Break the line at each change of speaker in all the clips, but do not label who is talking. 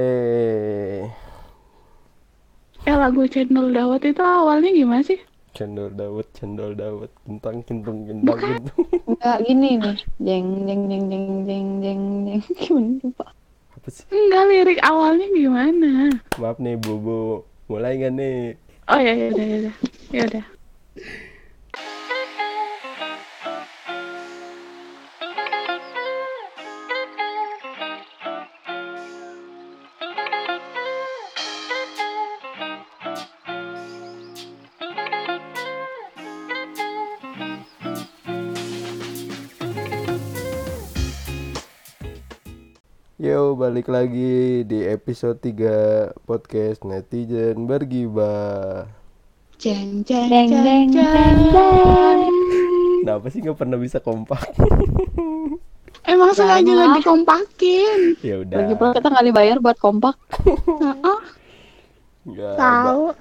Yeay.
Eh lagu Cendol Dawet itu awalnya gimana sih?
Cendol dawet, cendol dawet, kentang kentung kentang
Bukan.
kentung.
Enggak gini nih. Jeng jeng jeng jeng jeng jeng jeng. Gimana lupa?
Apa sih?
Enggak lirik awalnya gimana?
Maaf nih Bobo. Mulai nggak nih?
Oh ya ya udah ya udah. Ya udah.
Yo, balik lagi di episode 3 podcast netizen bergibah.
Jeng jeng
Jeng
jeng
jeng jeng jeng.
Kenapa sih nggak pernah bisa kompak?
Emang sengaja nggak
Maaf.
dikompakin?
ya
Lagi pula
udah.
kita nggak dibayar buat kompak.
Oh,
Nggak,
tahu.
ba-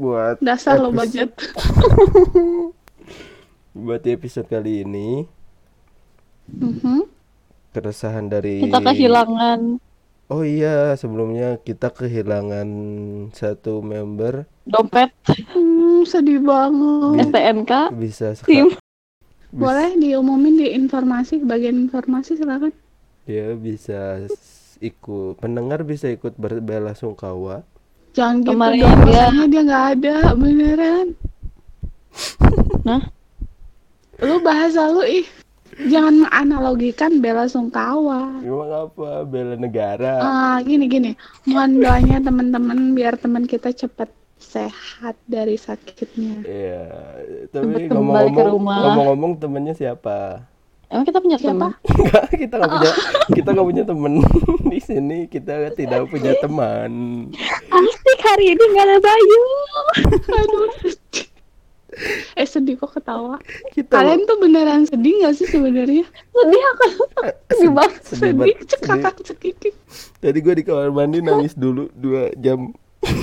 buat
Dasar lo
epis-
budget.
Buat di episode kali ini
Mhm.
keresahan dari
Kita kehilangan
Oh iya, sebelumnya kita kehilangan satu member
dompet
Hmm, sedih
Mm.
banget.
STNK.
bisa
Tim.
sekarang
Boleh diumumin di informasi, bagian informasi silakan.
dia bisa s- ikut pendengar bisa ikut berbelasungkawa
Jangan gitu
Kemarin
dong,
dia-
rasanya dia nggak ada, beneran.
Nah.
Lu bahasa lu ih. Jangan menganalogikan bela sungkawa.
memang apa bela negara
Ah, gini gini. Mohon doanya teman-teman biar teman kita cepat sehat dari sakitnya.
Iya,
Cepet
tapi
kembali ke
ngomong-ngomong
rumah.
ngomong-ngomong temennya siapa
Emang kita punya
Siapa?
teman?
Enggak, kita nggak punya kita nggak punya temen di sini kita tidak punya teman
Asik hari ini nggak ada Bayu.
Aduh. eh sedih kok ketawa.
kita
Kalian tuh beneran sedih nggak sih sebenarnya?
Sedih aku. Sedih banget.
sedih
Sedih
banget, sedih.
cekakak cekikik.
tadi gue di kamar mandi nangis dulu dua jam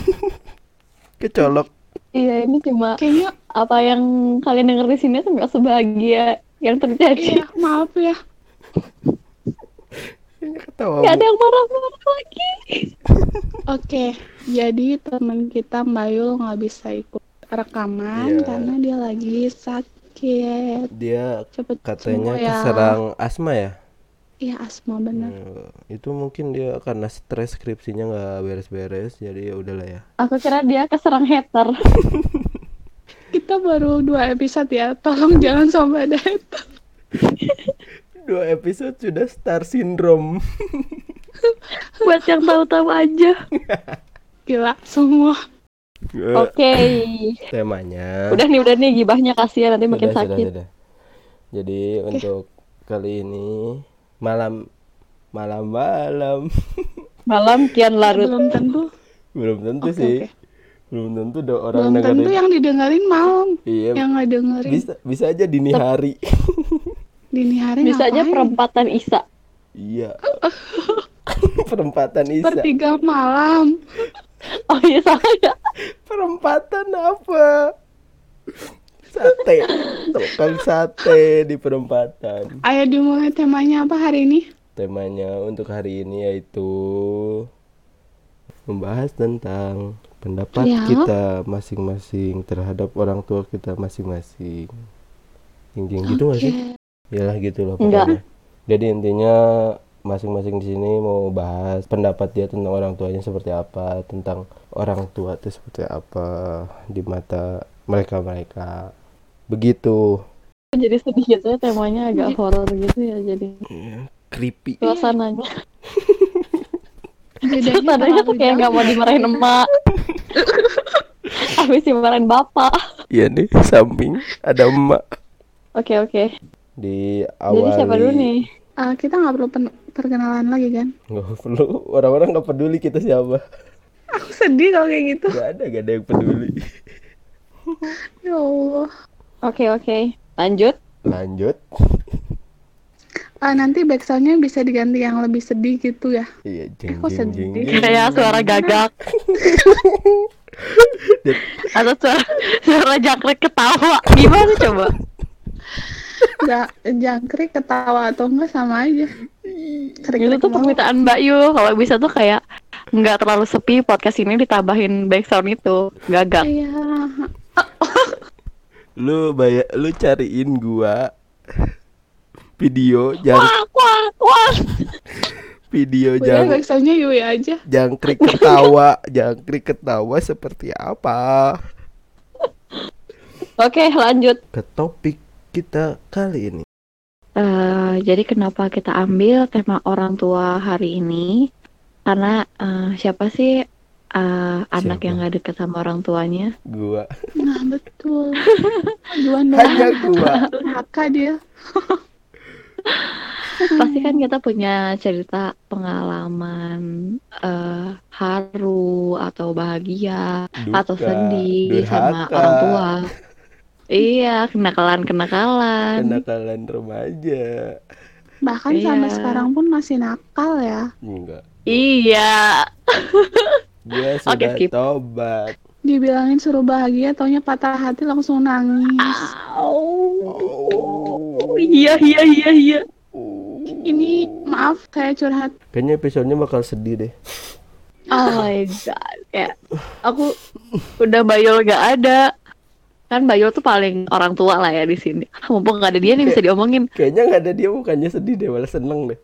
kecolok
Iya ini cuma
Kayaknya
apa yang kalian denger di sini tuh nggak sebahagia yang terjadi.
iya, maaf ya.
Kayaknya ketawa
Gak ada yang marah-marah lagi.
Oke, jadi teman kita Mbak Yul nggak bisa ikut rekaman
Iya.
karena dia lagi sakit.
dia
Cepet
katanya
sembuh ya.
keserang asma ya
Iya asma bener.
Eh, itu mungkin dia karena stres skripsinya nggak beres-beres jadi ya udahlah ya
Aku kira dia keserang hater.
Kita baru dua episode ya. Tolong jangan sampai ada itu.
dua episode sudah star syndrome
Buat yang tahu-tahu aja.
Gila semua.
Oke.
Eh, temanya
Udah nih, udah nih gibahnya kasihan nanti
Eh. Sudah,
makin
sudah,
sakit.
sudah. jadi untuk kali ini malam malam malam
Malam kian larut.
Belum tentu.
belum tentu
Oke,
sih
oke.
belum tentu ada orang
Belum
dengerin.
tentu yang didengerin malam.
iya
Yang nggak dengerin
bisa bisa aja dini hari
dini hari
Bisa aja
ngapain?
perempatan Isa.
iya perempatan Isa
Pertiga malam.
Oh iya salah ya.
Perempatan apa? Sate. Tukang sate di perempatan.
Ayo dimulai temanya apa hari ini?
Temanya untuk hari ini yaitu membahas tentang pendapat
Ya.
kita masing-masing terhadap orang tua kita masing-masing. Jing jing gitu nggak sih? Yalah gitu loh
Enggak.
pokoknya. Jadi intinya masing-masing di sini mau bahas pendapat dia tentang orang tuanya seperti apa, tentang orang tua itu seperti apa di mata mereka-mereka. Begitu.
Jadi sedih gitu ya temanya
Iya.
agak horor gitu ya jadi
Creepy.
suasananya.
Bedanya
Suasananya tuh
terlalu
kayak nggak mau dimarahin emak. Habis dimarahin bapak.
Iya nih, samping ada emak.
Oke oke.
Di awal
Jadi siapa dulu nih?
jauh. Eh, kita nggak perlu pen- perkenalan lagi kan?
Nggak perlu, orang-orang nggak peduli kita siapa.
Aku sedih kalau kayak gitu.
Nggak ada, nggak ada yang peduli.
Ya Allah.
Oke oke. Lanjut.
Lanjut.
Ah, nanti backsoundnya bisa diganti yang lebih sedih gitu ya.
Iya, jeng
kok
jeng jeng.
sedih?
jeng.
Kayak suara gagak
Dia-
atau suara suara jangkrik ketawa. Gimana coba?
Nggak jangkrik ketawa atau enggak sama aja. Krik-krik
Itu tuh
mau.
permintaan Mbak Yu kalau bisa tuh kayak nggak terlalu sepi podcast ini ditambahin background itu gagak.
Iya.
Lu bayar lu cariin gua video jang
Wah, wah, wah.
video
Udah
jang
backsoundnya Yui aja.
jangkrik ketawa jangkrik ketawa seperti apa
Oke, lanjut.
ke topik kita kali ini
Eh, jadi kenapa kita ambil tema orang tua hari ini? Karena eh, siapa sih eh, anak
Siapa?
yang nggak deket sama orang tuanya?
gua
Nah, betul. Aduan
hanya
doang.
gua
Durhaka dia.
Pasti kan kita punya cerita pengalaman eh, haru atau bahagia atau
Duka,
sedih sama
durhaka,
orang tua. Iya, kenakalan-kenakalan.
kenakalan remaja
Bahkan sampai
Iya.
sekarang pun masih nakal ya.
enggak
Iya.
gua
Oke,
sudah
skip.
tobat
Dibilangin suruh bahagia, taunya patah hati langsung nangis.
Oh.
Iya, iya, iya, iya.
Ini maaf kayak curhat.
kayaknya episodenya bakal sedih deh
Oh my god. Kayak aku udah Bayul gak ada. Kan Bayul tuh paling orang tua lah ya di sini. Mumpung gak ada dia nih bisa diomongin.
kayaknya nggak ada dia bukannya sedih deh malah seneng deh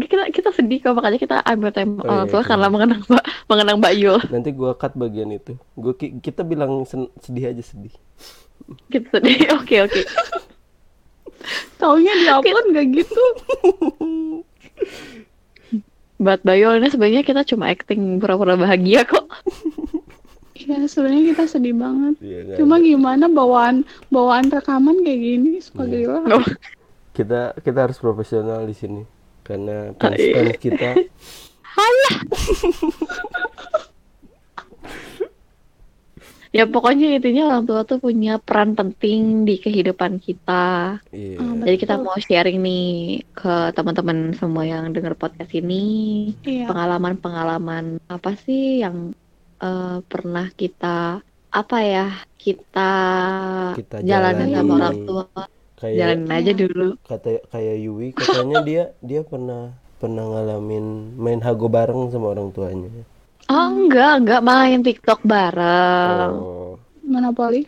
Kita kita sedih kok makanya kita ambil tema
Oh,
orang
iya,
tua
iya.
karena mengenang Mbak mengenang Mbak Yul.
nanti gua cut bagian itu gua ki- kita bilang sen- sedih aja sedih
Kita sedih. Oke, oke.
Taunya diupload gak gitu.
Buat Bayul ini sebenarnya kita cuma acting pura-pura bahagia kok.
Iya, sebenarnya kita sedih banget.
Iya, nggak
Cuma
ada.
gimana bawaan bawaan rekaman kayak gini suka
Iya.
gila.
kita kita harus profesional di sini karena
Ah,
fans
iya.
fans kita
Ya pokoknya intinya orang tua tuh punya peran penting di kehidupan kita.
iya
Ah,
Jadi kita
Betul.
mau sharing nih ke teman-teman semua yang dengar podcast ini
Iya.
pengalaman-pengalaman apa sih yang eh, pernah kita apa ya kita,
Kita
jalanin
jalani.
sama orang tua
kayak
jalanin aja
Iya.
dulu.
kata kayak Yui katanya dia dia pernah pernah ngalamin main hago bareng sama orang tuanya
Oh enggak enggak main TikTok bareng.
oh
Monopoli.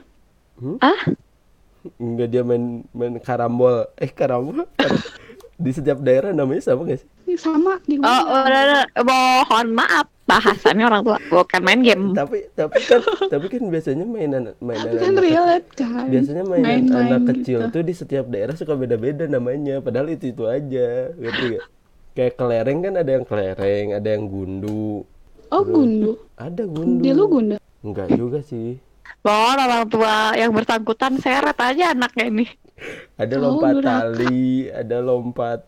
enggak dia main main karambol eh karambol Kar- di setiap daerah namanya sama gak sih
Ini sama di
Oh, oh, no, no. mohon maaf bahasannya orang tua bukan main game.
tapi tapi kan tapi kan biasanya mainan mainan
Hmm. Tapi kan
anak-
relate kan.
biasanya mainan
Main-main
anak
gitu.
kecil tuh di setiap daerah suka beda-beda namanya padahal itu itu aja ngerti gak kayak kelereng kan ada yang kelereng ada yang gundu
Oh, gundu.
ada gundu
Di lu gunda.
enggak juga sih
Mohon orang tua yang bersangkutan seret aja anaknya ini.
ada
Oh,
lompat
durhaka.
tali ada lompat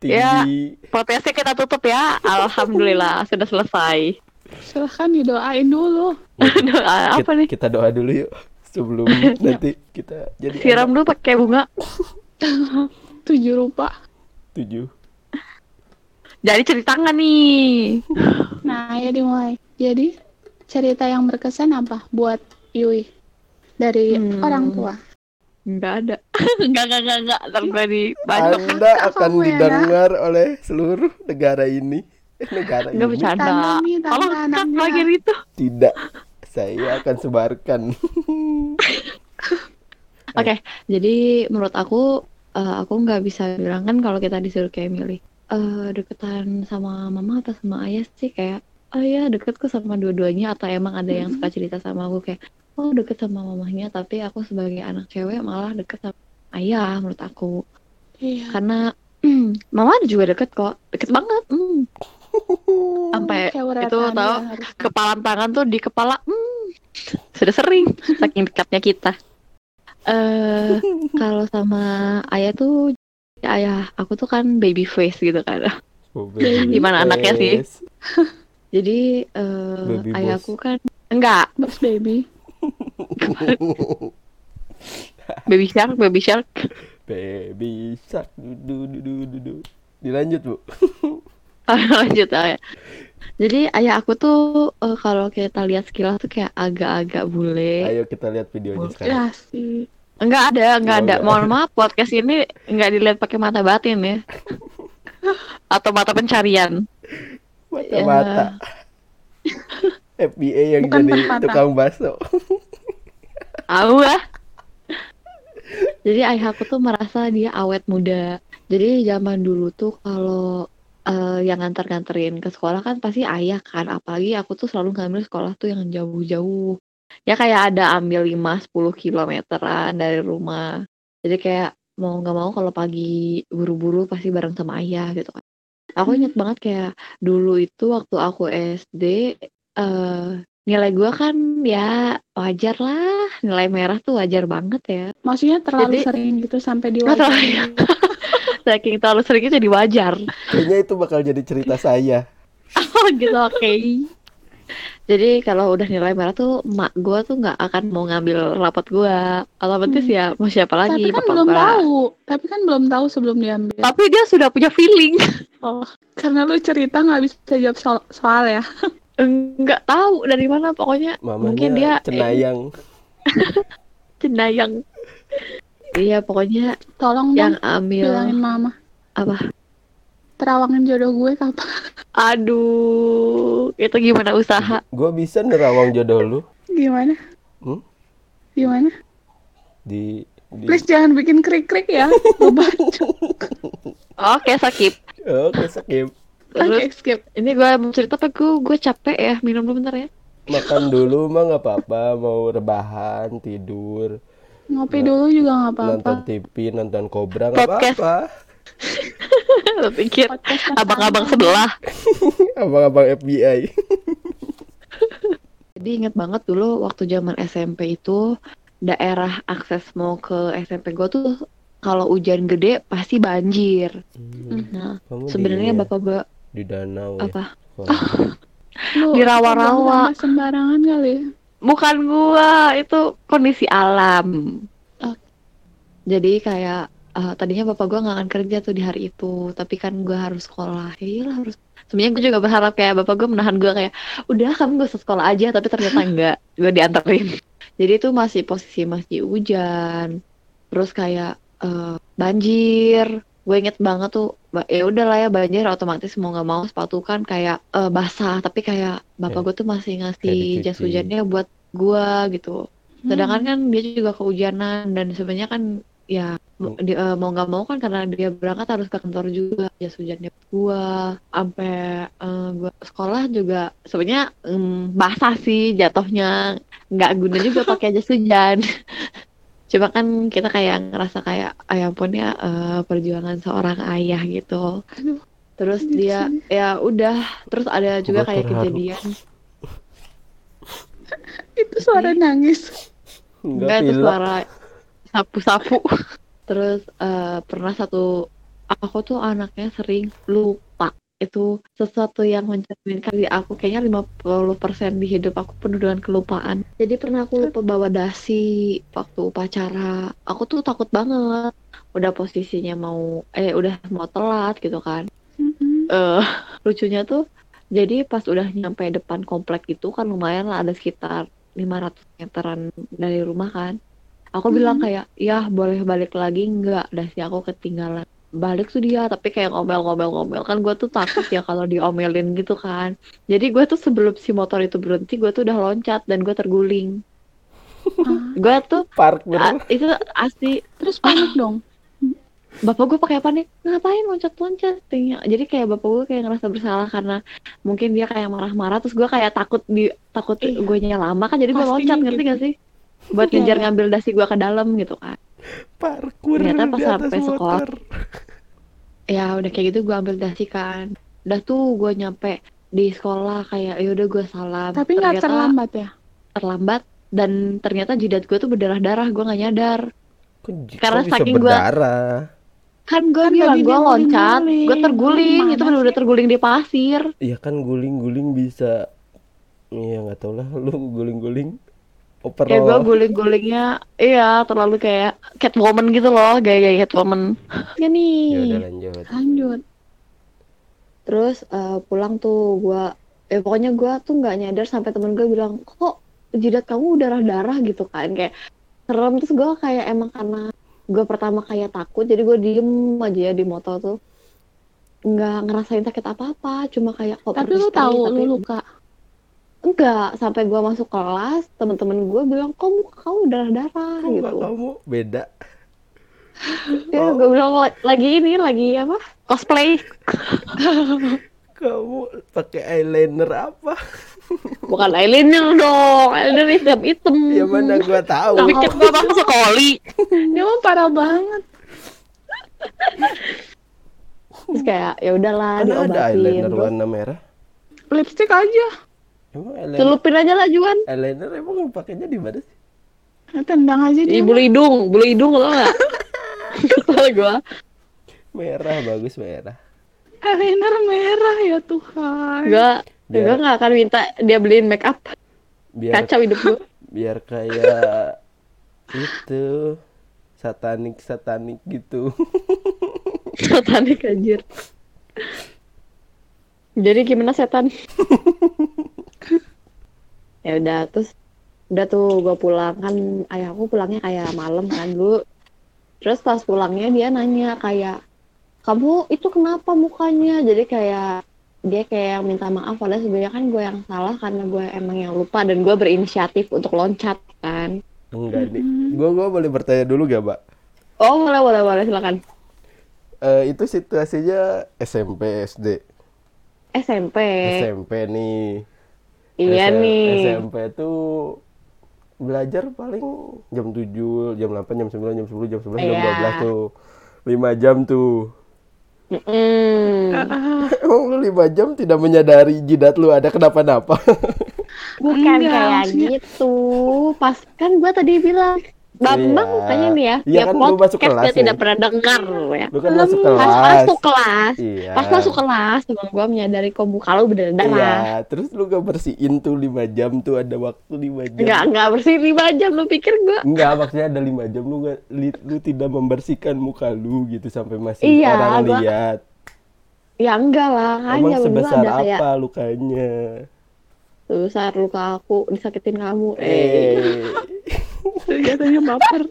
Ya.
tinggi
Podcastnya kita tutup ya. Alhamdulillah sudah selesai.
Silahkan didoain dulu.
Doa apa
Kit-
nih?
kita doa dulu yuk sebelum
Ya.
nanti kita jadi
Siram dulu pakai bunga.
Tujuh rupa.
anak tujuh
Jadi cerita nggak nih?
Nah, ya dimulai. Jadi, cerita yang berkesan apa buat Yui? Dari
Hmm.
orang tua.
Nggak ada. Nggak nggak nggak nggak. Ntar gue di Bandung.
Anda
Kakak
akan
kamu ya,
didengar oleh seluruh negara ini Eh, negara
Nggak
ini
bercanda.
Tanda nih, tanda
Tolong cut
anaknya.
bagian itu.
tidak saya akan sebarkan
Jadi menurut aku, eh, aku nggak bisa bilang kan kalau kita disuruh kayak milih eh, deketan sama mama atau sama ayah sih kayak oh ya deketku sama dua-duanya atau emang ada yang suka cerita sama aku kayak oh deket sama mamahnya tapi aku sebagai anak cewek malah deket sama ayah menurut aku.
Iya.
karena mama ada juga deket kok deket banget mm. sampai
Kayak uretan
itu
dia
tau
harus.
kepalan tangan tuh di kepala mm. sudah sering saking dekatnya kita eh kalau sama ayah tuh ayah aku tuh kan baby face gitu kan
Oh,
Gimana anaknya sih? jadi eh,
Baby
ayahku
boss.
kan enggak
Boss baby.
baby shark baby shark
baby shark du, du, du, du, du. dilanjut bu
lanjut ayah jadi ayah aku tuh eh, kalau kita lihat sekilas tuh kayak agak-agak bule
ayo kita lihat videonya
Eh. Bu-
sekarang
Ya sih.
Enggak
Oh,
ada, enggak ada.
enggak.
Mohon maaf, podcast ini enggak dilihat pakai mata batin ya. Atau mata pencarian.
Mata-mata. FBA yang
Bukan
jadi
bermata.
tukang bakso.
Tahu ah. Jadi ayah aku tuh merasa dia awet muda. Jadi zaman dulu tuh kalau eh, yang nganter-nganterin ke sekolah kan pasti ayah kan. Apalagi aku tuh selalu ngambil sekolah tuh yang jauh-jauh. Ya kayak ada ambil 5-10 kilometeran dari rumah. Jadi kayak mau nggak mau kalau pagi buru-buru pasti bareng sama ayah gitu kan. Aku ingat banget kayak dulu itu waktu aku SD eh nilai gua kan ya wajar lah nilai merah tuh wajar banget ya
Maksudnya terlalu
Jadi-
sering gitu sampai di
Nggak iya.
wajah.
terlalu, saking terlalu seringnya jadi wajar
Kayaknya itu bakal jadi cerita saya.
oh gitu oke jadi kalau udah nilai merah tuh mak gua tuh nggak akan mau ngambil rapot gua kalau betis
Hmm.
ya mau siapa
Tapi
lagi
kan
papa
belum
gua.
tahu. Tapi kan belum tahu sebelum diambil.
tapi dia sudah punya feeling
Oh, karena lu cerita nggak bisa jawab soal, soal ya.
nggak tahu dari mana pokoknya
Mamanya
Mungkin dia- eh,
cenayang.
cenayang iya pokoknya
Tolong
yang
dong
ambil
bilangin mama.
Apa?
Terawangin jodoh gue kapan?
aduh itu gimana usaha
Gua bisa nerawang jodoh lu
Gimana?
Hmm?
Gimana?
di
Iya.
di
Please jangan bikin krik-krik ya. Gue baca.
oke skip
Oke, skip.
terus
Oke, skip.
Ini gue mau cerita apa gue gue capek ya minum dulu bentar ya.
Makan dulu mah nggak apa-apa, mau rebahan, tidur,
Nah,
Ngopi dulu juga nggak apa-apa.
nonton TV, nonton Kobra nggak
Podcast.
apa-apa.
Lo pikir
Podcast yang
abang-abang
sama.
sebelah.
Abang-abang FBI.
Jadi inget banget dulu waktu zaman SMP itu daerah akses mau ke SMP gue tuh kalau hujan gede pasti banjir. Nah,
Kamu di
sebenarnya
ini ya,
bapak gue
di danau ya.
apa?
Kolam.
Lu
Di rawa-rawa.
tambah sembarangan kali. ya.
Bukan gua, itu kondisi alam.
Oke.
Jadi kayak eh, tadinya bapak gua nggak akan kerja tuh di hari itu, tapi kan gua harus sekolah. Ya iyalah harus. Sebenarnya gue juga berharap kayak bapak gua menahan gua kayak, udah kamu gak usah sekolah aja, tapi ternyata enggak, gue dianterin. Jadi itu masih posisi masih hujan, terus kayak eh, banjir. Gue inget banget tuh, ba- ya udahlah ya banjir otomatis mau nggak mau sepatu kan kayak eh, basah, tapi kayak
Kayak-
bapak gue tuh masih
Iya. Kayak
ngasih si
dicuci.
jas hujannya buat gua gitu. Sedangkan
Hmm.
kan dia juga kehujanan dan sebenarnya kan ya m-
Hmm.
di- eh, mau nggak mau kan karena dia berangkat harus ke kantor juga Ya, jas hujannya buat gua sampai eh, gua sekolah juga sebenarnya em, basah sih jatuhnya nggak guna juga pakai jas hujan. Cuma kan kita kayak ngerasa kayak ayah ampun ya eh, perjuangan seorang ayah gitu.
Aduh,
Terus
jadi
dia ya udah terus ada juga
Gua
kayak
terharu.
kejadian
itu suara nangis.
Nggak
Enggak itu
pilek.
suara sapu-sapu. Terus eh, pernah satu aku tuh anaknya sering lupa. Itu sesuatu yang mencerminkan di aku kayaknya 50% di hidup aku penuh dengan kelupaan. Jadi pernah aku lupa bawa dasi waktu upacara. Aku tuh takut banget. Udah posisinya mau eh udah mau telat gitu kan
Mm-mm.
eh lucunya tuh jadi pas udah nyampe depan komplek itu kan lumayan lah ada sekitar 500 meteran dari rumah kan aku bilang
Mhm.
kayak ya boleh balik lagi nggak dasi aku ketinggalan balik tuh dia tapi kayak ngomel-ngomel-ngomel kan gue tuh takut ya kalau diomelin gitu kan jadi gue tuh sebelum si motor itu berhenti gue tuh udah loncat dan gue terguling
Ah,
gue tuh
Parkour.
a- itu asli
terus
Ah,
panik dong.
bapak gue pakai apa nih ngapain loncat-loncat Tanya. jadi kayak bapak gue kayak ngerasa bersalah karena mungkin dia kayak marah-marah terus gue kayak takut di takut
Iya.
gue lama kan jadi gue
Pastinya
loncat ngerti
gitu.
gak sih buat
Iya,
ngejar
iya.
ngambil dasi gue ke dalam gitu kan
Parkour
Ternyata pas
di atas
sampai sekolah.
motor.
ya udah kayak gitu gue ambil dasi kan udah tuh gue nyampe di sekolah kayak ya udah gue salam
Tapi nggak
Ternyata
terlambat ya.
terlambat dan ternyata jidat gue tuh berdarah-darah gue nggak nyadar
Kok j- kok
Karena
bisa
saking gua-
berdarah?
kan gue
Kan
bilang
tadi
gue
dia
loncat
guling-guling.
gue terguling
Gimana
itu bener-bener
sih?
terguling di pasir
Iya kan guling-guling bisa. Iya nggak tau lah lu guling-guling.
Ya
Overall.
gue guling-gulingnya iya terlalu kayak Catwoman gitu loh gaya-gaya Catwoman.
Ya
Ya
udah
nih.
lanjut.
Lanjut.
Terus eh, pulang tuh gue eh pokoknya gue tuh nggak nyadar sampai temen gue bilang kok jidat kamu darah-darah gitu kan kayak serem terus gue kayak emang karena gue pertama kayak takut jadi gue diem aja ya di motor tuh nggak ngerasain sakit apa-apa cuma kayak kok
Tapi lu tahu lu luka.
enggak sampai gue masuk kelas teman-teman gue bilang kok muka kamu darah-darah
Kok
gitu
muka kamu beda
ya gue bilang "La- lagi ini lagi apa cosplay
kamu pakai eyeliner apa
bukan eyeliner dong eyeliner hitam hitam Nah,
ya mana gua tahu
Tahu.
kan
Pikir gua bang sekoli.
Dia mah parah banget.
terus kayak ya
mana
udahlah
Kan ada
diobatin
eyeliner
Terus
warna merah
Lipstick aja.
emang eyeliner
celupin aja lah Juan
eyeliner emang pakainya di mana sih
Nah, Tendang aja
Ih,
dia.
bulu Iya, hidung bulu hidung lo nggak kesel gue
merah bagus merah
Eyeliner merah ya Tuhan.
gue
Biar-
gue nggak akan minta dia beliin make up
biar
kacau hidup gue
biar kayak itu satanik satanik gitu
satanik anjir jadi gimana setan ya udah terus udah tuh gue pulang kan ayahku pulangnya kayak malam kan dulu terus pas pulangnya dia nanya kayak kamu itu kenapa mukanya jadi kayak dia kayak yang minta maaf padahal sebenarnya kan gue yang salah karena gue emang yang lupa dan gue berinisiatif untuk loncat kan
enggak nih gua gua boleh bertanya dulu gak mbak
oh boleh boleh boleh silakan
Eh, itu situasinya SMP SD
SMP,
SMP nih
Eh. iya
SM-
nih
SMP tuh belajar paling jam 7, jam 8, jam 9, jam 10, jam 11, jam
Iya.
12 tuh. 5 jam tuh.
Mm-mm.
Emang lu 5 jam tidak menyadari jidat lu ada kenapa-napa?
Bukan
Enggak,
kayak
maksudnya-
gitu. Pas kan gua tadi bilang Bambang
Iya.
katanya nih ya,
Iya
tiap
kan, lu masuk
podcast
kelas
dia
nih.
tidak pernah dengar ya.
lu kan masuk kelas.
Pas masuk kelas,
Iya.
pas masuk Nah. kelas, teman gua menyadari kok muka lu bener
Iya,
darah.
terus lu gak bersihin tuh 5 jam tuh ada waktu 5 jam.
Enggak, enggak bersih lima jam lu pikir gua
Enggak, maksudnya ada 5 jam lu gak, li- lu tidak membersihkan muka lu gitu sampai masih
Iya,
orang
gua-
lihat.
ya enggak lah kan
Emang
zaman dulu
sebesar
ada
apa
kayak
lukanya?
tuh saat luka aku disakitin kamu eh
Eh.
Jatuhnya baper.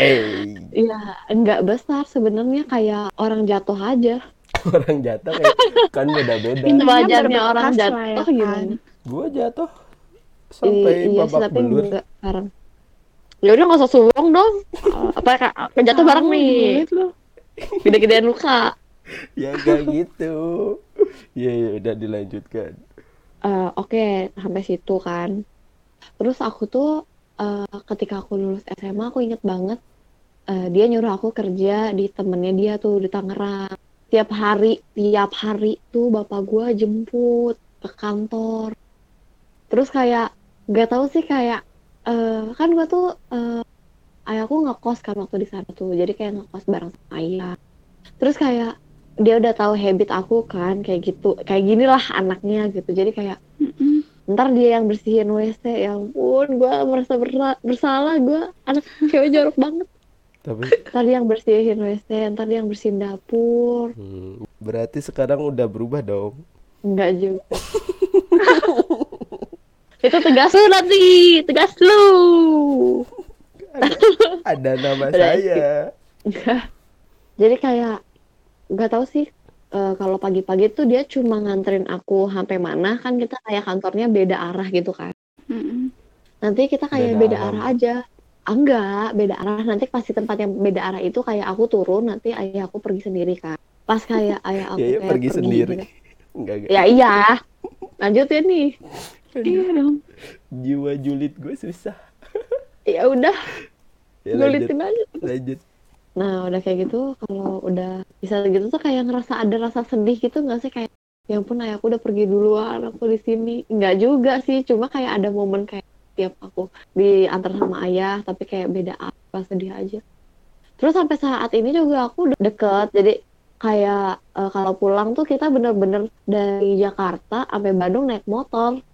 Eh.
iya enggak besar sebenarnya kayak orang jatuh aja
orang jatuh kayak kan beda-beda.
Ini mah
wajarnya orang
berbekas lah ya
jatuh gimana
kan.
Gua jatuh sampai
iya sih
babak
tapi
belur.
enggak sekarang ya udah nggak usah sombong dong apa Kak?
Kan
jatuh bareng
Tahu,
nih
duit lu.
Iya.
gede-gedean luka
Ya kayak gitu. Ya, ya udah dilanjutkan.
Eh, oke sampai situ kan terus aku tuh eh, ketika aku lulus SMA aku inget banget eh, dia nyuruh aku kerja di temennya dia tuh di Tangerang tiap hari tiap hari tuh bapak gua jemput ke kantor terus kayak nggak tahu sih kayak eh, kan gua tuh eh, ayahku ngekos kan waktu di sana tuh jadi kayak ngekos bareng sama ayah terus kayak dia udah tahu habit aku kan kayak gitu kayak ginilah anaknya gitu jadi kayak
Mm-mm.
ntar dia yang bersihin WC ya ampun gue merasa bersa- bersalah gue anak cewek jorok banget
Tapi
ntar dia yang bersihin WC ntar dia yang bersihin dapur
hmm, berarti sekarang udah berubah dong.
enggak juga itu tegas lu nanti tegas lu
Ada nama
Berarti-
saya.
jadi kayak nggak tahu sih eh, kalau pagi-pagi tuh dia cuma nganterin aku sampai mana kan kita kayak kantornya beda arah gitu kan
Mm-mm.
nanti kita kayak
Beda
beda,
arah.
arah aja Ah, enggak beda arah nanti pasti tempat yang beda arah itu kayak aku turun nanti ayah aku pergi sendiri kan pas kayak ayah aku
Ya, ya
kayak
pergi sendiri.
gitu.
Enggak enggak.
ya iya lanjut ya nih
Iya dong.
Jiwa julid gue susah.
ya udah
Ya, lanjut.
nulitin aja
Lanjut.
nah udah kayak gitu kalau udah bisa gitu tuh kayak ngerasa ada rasa sedih gitu nggak sih kayak ya ampun ayahku udah pergi duluan aku di sini nggak juga sih cuma kayak ada momen kayak tiap aku diantar sama ayah tapi kayak beda apa sedih aja terus sampai saat ini juga aku udah deket jadi kayak eh, kalau pulang tuh kita bener-bener dari Jakarta sampai Bandung naik motor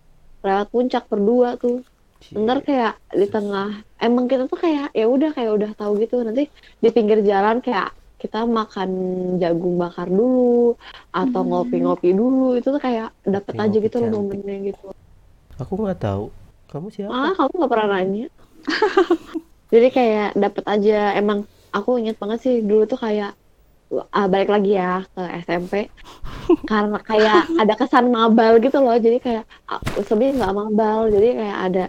lewat puncak berdua tuh
Iya.
ntar kayak di tengah eh, emang kita tuh kayak ya udah kayak udah tahu gitu nanti di pinggir jalan kayak kita makan jagung bakar dulu atau
Hmm.
ngopi-ngopi dulu itu tuh kayak dapet aja
Ngopi-ngopi
gitu loh
cantik.
momennya gitu
Aku nggak tahu. Kamu siapa?
ah kamu nggak pernah nanya jadi kayak dapet aja emang aku inget banget sih dulu tuh kayak ah, balik lagi ya ke SMP karena kayak ada kesan mabal gitu loh jadi kayak ah, sebenarnya nggak mabal jadi kayak ada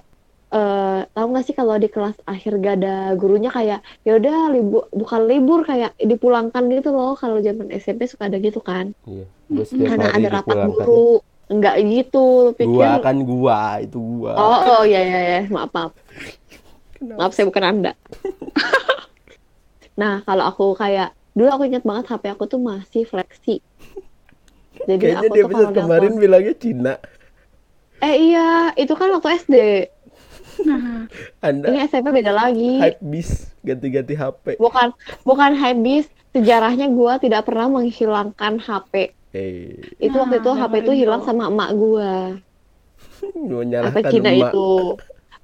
eh tahu nggak sih kalau di kelas akhir gak ada gurunya kayak yaudah libur bukan libur kayak dipulangkan gitu loh kalau zaman SMP suka ada gitu kan
Iya. Gue
Mm,
setiap
karena
hari
ada rapat
dipulangkan.
guru nggak gitu lu pikir
Gua kan gua, itu gua.
Oh, oh ya ya ya, maaf maaf. Maaf saya bukan Anda. nah, kalau aku kayak dulu aku ingat banget HP aku tuh masih fleksi. Jadi
Kayaknya
aku
di
tuh kalau
episode kemarin
nelpon-
bilangnya Cina.
eh iya, itu kan waktu SD.
Nah,
Ini
Anda
SMP beda lagi.
hype bis ganti-ganti HP.
Bukan bukan habis sejarahnya gua tidak pernah menghilangkan HP.
Eh,
Itu
Nah,
waktu itu HP itu
dengerin
hilang
dong.
sama emak gua.
mau
Apa
nyalahkan
Cina
emak.
itu?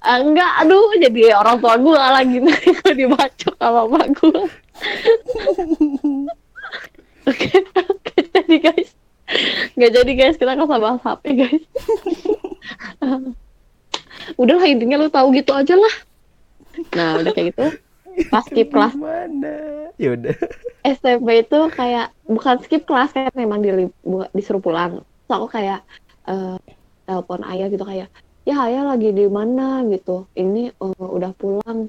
Ah, enggak, aduh jadi orang tua gue lagi nih dibacok sama emak gue. Oke, oke jadi guys. Nggak jadi guys, kita akan bahas HP guys. Udahlah intinya lu tahu gitu aja lah. Nah udah kayak gitu. Pas skip kelas
Gimana? Ya udah.
SMP itu kayak bukan skip kelas kayak memang di, disuruh pulang. Terus aku kayak eh, telepon ayah gitu kayak ya ayah lagi di mana gitu. Ini eh, udah pulang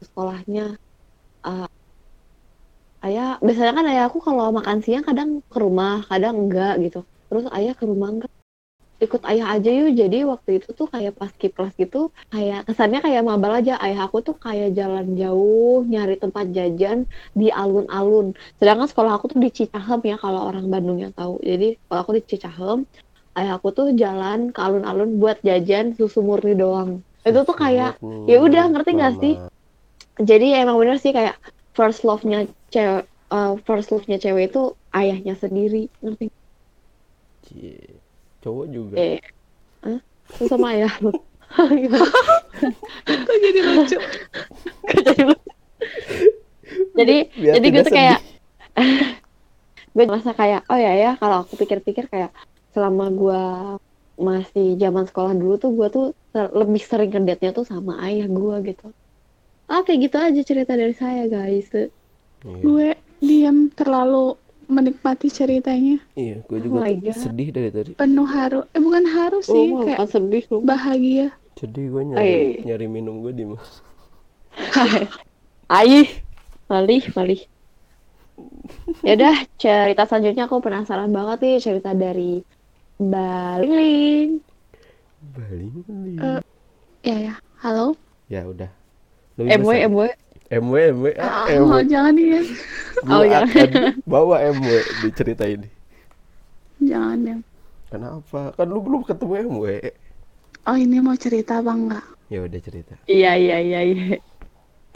ke sekolahnya. Ah, ayah biasanya kan ayah aku kalau makan siang kadang ke rumah, kadang enggak gitu. Terus ayah ke rumah enggak ikut ayah aja yuk jadi waktu itu tuh kayak pas skip kelas gitu kayak kesannya kayak mabal aja ayah aku tuh kayak jalan jauh nyari tempat jajan di alun-alun. Sedangkan sekolah aku tuh di Cicahem ya kalau orang Bandung yang tahu. Jadi sekolah aku di Cicahem, ayah aku tuh jalan ke alun-alun buat jajan susu murni doang. Itu tuh kayak ya
Oh,
udah, ngerti nggak sih? jadi ya emang bener sih kayak first love-nya cewek eh, first love-nya cewek itu ayahnya sendiri. Ngerti? nggak?
Cie. Cowok juga.
Eh. Hah? Lu sama ayah lu. Gimana?
kok jadi lucu?
Gak jadi lu. jadi
Biar
jadi gue
Ya, tidak
tuh kayak gue merasa kayak oh ya ya kalau aku pikir-pikir kayak selama gue masih zaman sekolah dulu tuh gue tuh ser- lebih sering ngedate-nya tuh sama ayah gue gitu oke gitu aja cerita dari saya guys
Iya.
"Hmm,
Gue diam terlalu menikmati ceritanya.
Iya, gue
Oh
juga
my God.
sedih dari tadi.
Penuh haru. Eh bukan haru
oh
sih, kayak
makan sedih lu
bahagia.
Sedih gue nyari
Eh.
nyari minum gue di mas.
Aih, malih, malih. Ya udah, cerita selanjutnya aku penasaran banget nih cerita dari Mbak Liling.
Bali.
Eh.
Ya ya. Halo.
Ya udah. Lu bebas,
MW,
ya?
MW.
MW, MW, ah, MW.
Oh, jangan ya.
Gua
Oh, iya.
akan bawa MW di cerita ini.
Jangan ya.
Kenapa? Kan lu belum ketemu MW.
Oh, ini mau cerita apa enggak?
Ya udah cerita.
Iya, iya, iya, iya.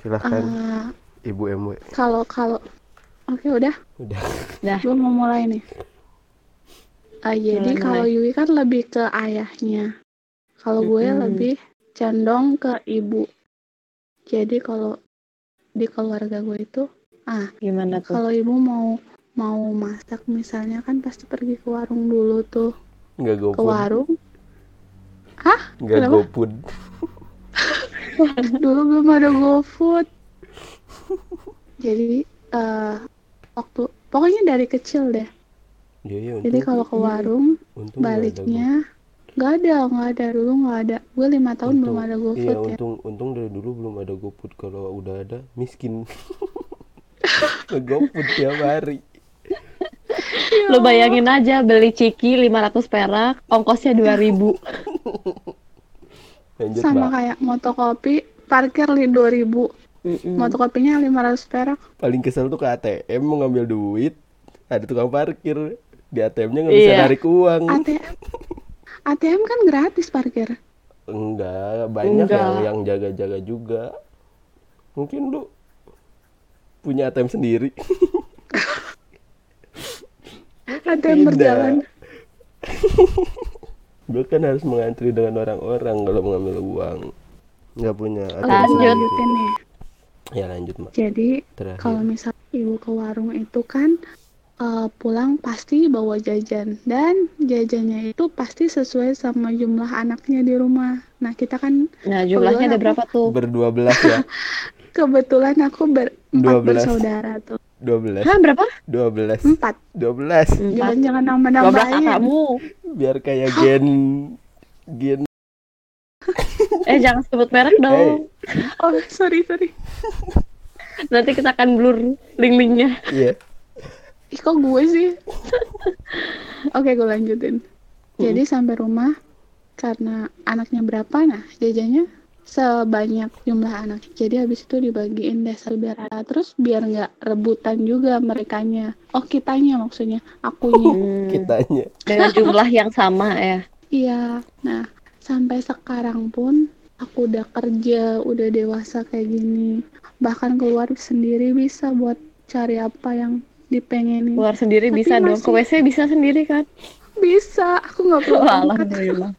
Silahkan
Eh,
Ah.
Ibu MW.
kalau kalau Oke, udah.
Udah.
Gue mau mulai nih. Eh, jadi
Mulai.
kalau Yui kan lebih ke ayahnya. Kalau gue
Mm-mm.
lebih condong ke ibu. Jadi kalau di keluarga gue itu, ah
Gimana tuh?
kalau ibu mau mau masak misalnya kan pasti pergi ke warung dulu tuh.
Nggak
Ke
gopun.
warung.
Nggak
kenapa?
gopun.
Dulu belum ada GoFood. jadi eh waktu pokoknya dari kecil deh.
Iya, iya.
Jadi
untung-
kalau ke warung
untung nggak ada
baliknya nggak ada nggak ada dulu nggak ada gue lima tahun belum
Untung.
ada
GoFood. Iya,
GoFood ya
untung untung dari dulu belum ada GoFood. Kalau udah ada miskin. Ke GoFood tiap hari.
Lu bayangin aja beli ciki 500 perak, ongkosnya 2000.
Lanjut, Mbak.
sama kayak motokopi parkir li dua ribu motokopinya lima ratus perak
Paling kesel tuh ke ATM mau ngambil duit. Ada tukang parkir. Di ATM-nya nggak bisa
Iya.
narik uang.
ATM ATM kan gratis parkir
Enggak, banyak
Enggak.
yang yang jaga-jaga juga. Mungkin lu punya ATM sendiri.
ATM berjalan
Lu kan harus mengantri dengan orang-orang kalau mengambil uang. Nggak punya ATM
Lanjut.
sendiri.
lanjutin nih
Ya lanjut, Mak.
jadi
Terakhir.
kalau misal ibu ke warung itu kan eh, pulang pasti bawa jajan dan jajannya itu pasti sesuai sama jumlah anaknya di rumah. Nah kita kan
Nah, jumlahnya ada berapa tuh?
Berdua belas ya?
kebetulan aku ber empat
12.
bersaudara tuh
Dua belas.
Hah, Hmm? berapa?
Dua belas.
empat.
Dua belas.
Empat.
Jangan jangan nambah
12
nambahin.
anakmu.
Biar kayak gen... Gen...
Eh, jangan sebut merek dong.
Oh sorry sorry.
Nanti kita akan blur link-linknya.
Iya.
Ih kok gue sih? Oke gue lanjutin. Jadi sampai rumah karena anaknya berapa nah jajannya sebanyak jumlah anak. Jadi habis itu dibagiin dasar biar ada terus biar nggak rebutan juga merekanya. Oh kitanya maksudnya akunya.
Hmm,
Kitanya.
Dengan jumlah yang sama ya.
Iya. Nah sampai sekarang pun aku udah kerja udah dewasa kayak gini. Bahkan keluar sendiri bisa buat cari apa yang dipengenin.
Keluar sendiri
Tapi
bisa dong. Ke WC bisa sendiri kan?
Bisa. Aku nggak perlu
Wah,
angkat.
Alhamdulillah.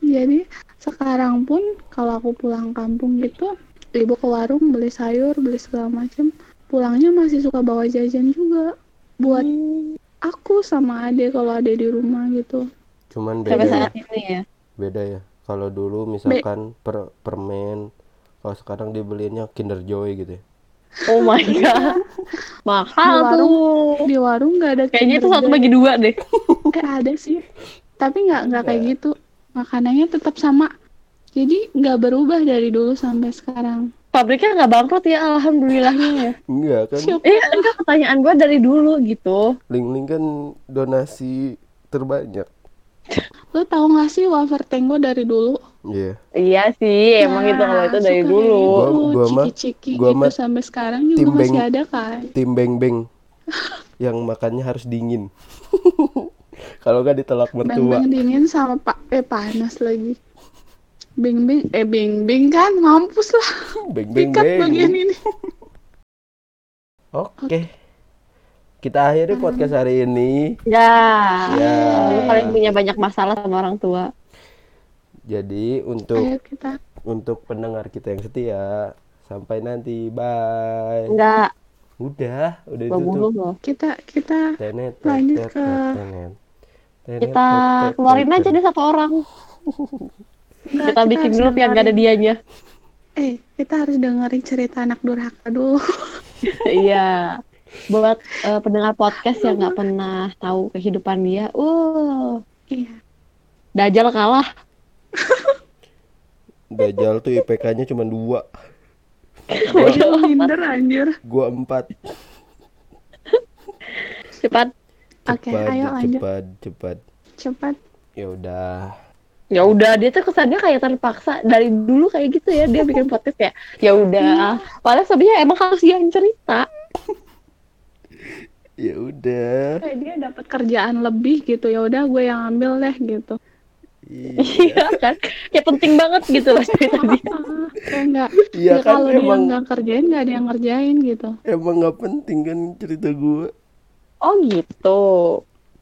Jadi sekarang pun kalau aku pulang kampung gitu, ibu ke warung beli sayur, beli segala macem, pulangnya masih suka bawa jajan juga buat
Hmm,
aku sama ade kalau ade di rumah gitu.
Cuman beda
Sampai
ya.
saat ini ya.
Beda ya. Kalau dulu misalkan per permen. Kalau sekarang dibeliinnya Kinder Joy gitu ya.
Oh my god. Mahal
Di warung.
tuh.
Di warung nggak ada
Kayaknya itu
Kinder
satu
Joy.
bagi dua deh.
Eh, ada sih, tapi nggak nggak kayak gitu. Makanannya tetap sama. Jadi nggak berubah dari dulu sampai sekarang.
Pabriknya nggak bangkrut ya, alhamdulillahnya ya.
Enggak kan?
Siapa?
Eh, enggak pertanyaan gue dari dulu gitu.
Ling Ling kan donasi terbanyak.
Lo tau nggak sih wafer tenggo dari dulu?
Iya.
Iya sih, emang
Nah,
itu kalau itu dari
suka
dulu.
kayak gitu,
Gua- gua mah-
Ciki-ciki
gua
gitu
mah
sampai sekarang juga
tim
masih
beng-
ada kan?
Tim Beng Beng. yang makannya harus dingin. Kalau nggak ditelak mertua.
Beng-beng dingin sama pak eh panas lagi. Beng-beng eh beng-beng kan mampus lah
Beng Beng
pikat bagian
Beng.
ini.
Oke. Kita akhiri podcast hari ini.
Ya,
Ya.
lu Hmm. paling punya banyak masalah sama orang tua.
Jadi untuk
Ayo kita
untuk pendengar kita yang setia sampai nanti bye.
Enggak,
Udah, udah
gue bunuh
ditutup.
loh.
kita kita
Tenet,
Lanjut
tenet,
ke-
tenet, tenet,
Kita
tenet,
keluarin
tenet.
aja deh satu orang.
enggak,
ya. Kita bikin
harus
grup yang gak ada
dengerin-
dianya.
Eh, kita harus dengerin cerita anak durhaka dulu.
Iya. Buat eh, pendengar podcast yang nggak pernah tahu kehidupan dia, uh,
Iya.
Dajjal kalah.
Dajjal tuh IPK-nya cuma dua,
Udah,
Lu minder anjir.
gua empat.
Cepat.
Oke,
Cepat,
ayo lanjut.
cepat, cepat.
Cepat.
Ya udah.
Ya udah, dia tuh kesannya kayak terpaksa dari dulu kayak gitu ya dia bikin podcast ya. Ya udah. Padahal sebenarnya emang harus dia yang cerita.
Ya udah.
Kayak Eh, dia dapat kerjaan lebih gitu. Ya udah gue yang ambil deh gitu.
Iya,
Iya kan? Ya penting banget gitu loh cerita dia.
Ah, kayak enggak.
Iya
ya,
kan
kalau dia
emang
nggak kerjain nggak ada yang ngerjain gitu.
emang nggak penting kan cerita gua.
Oh gitu.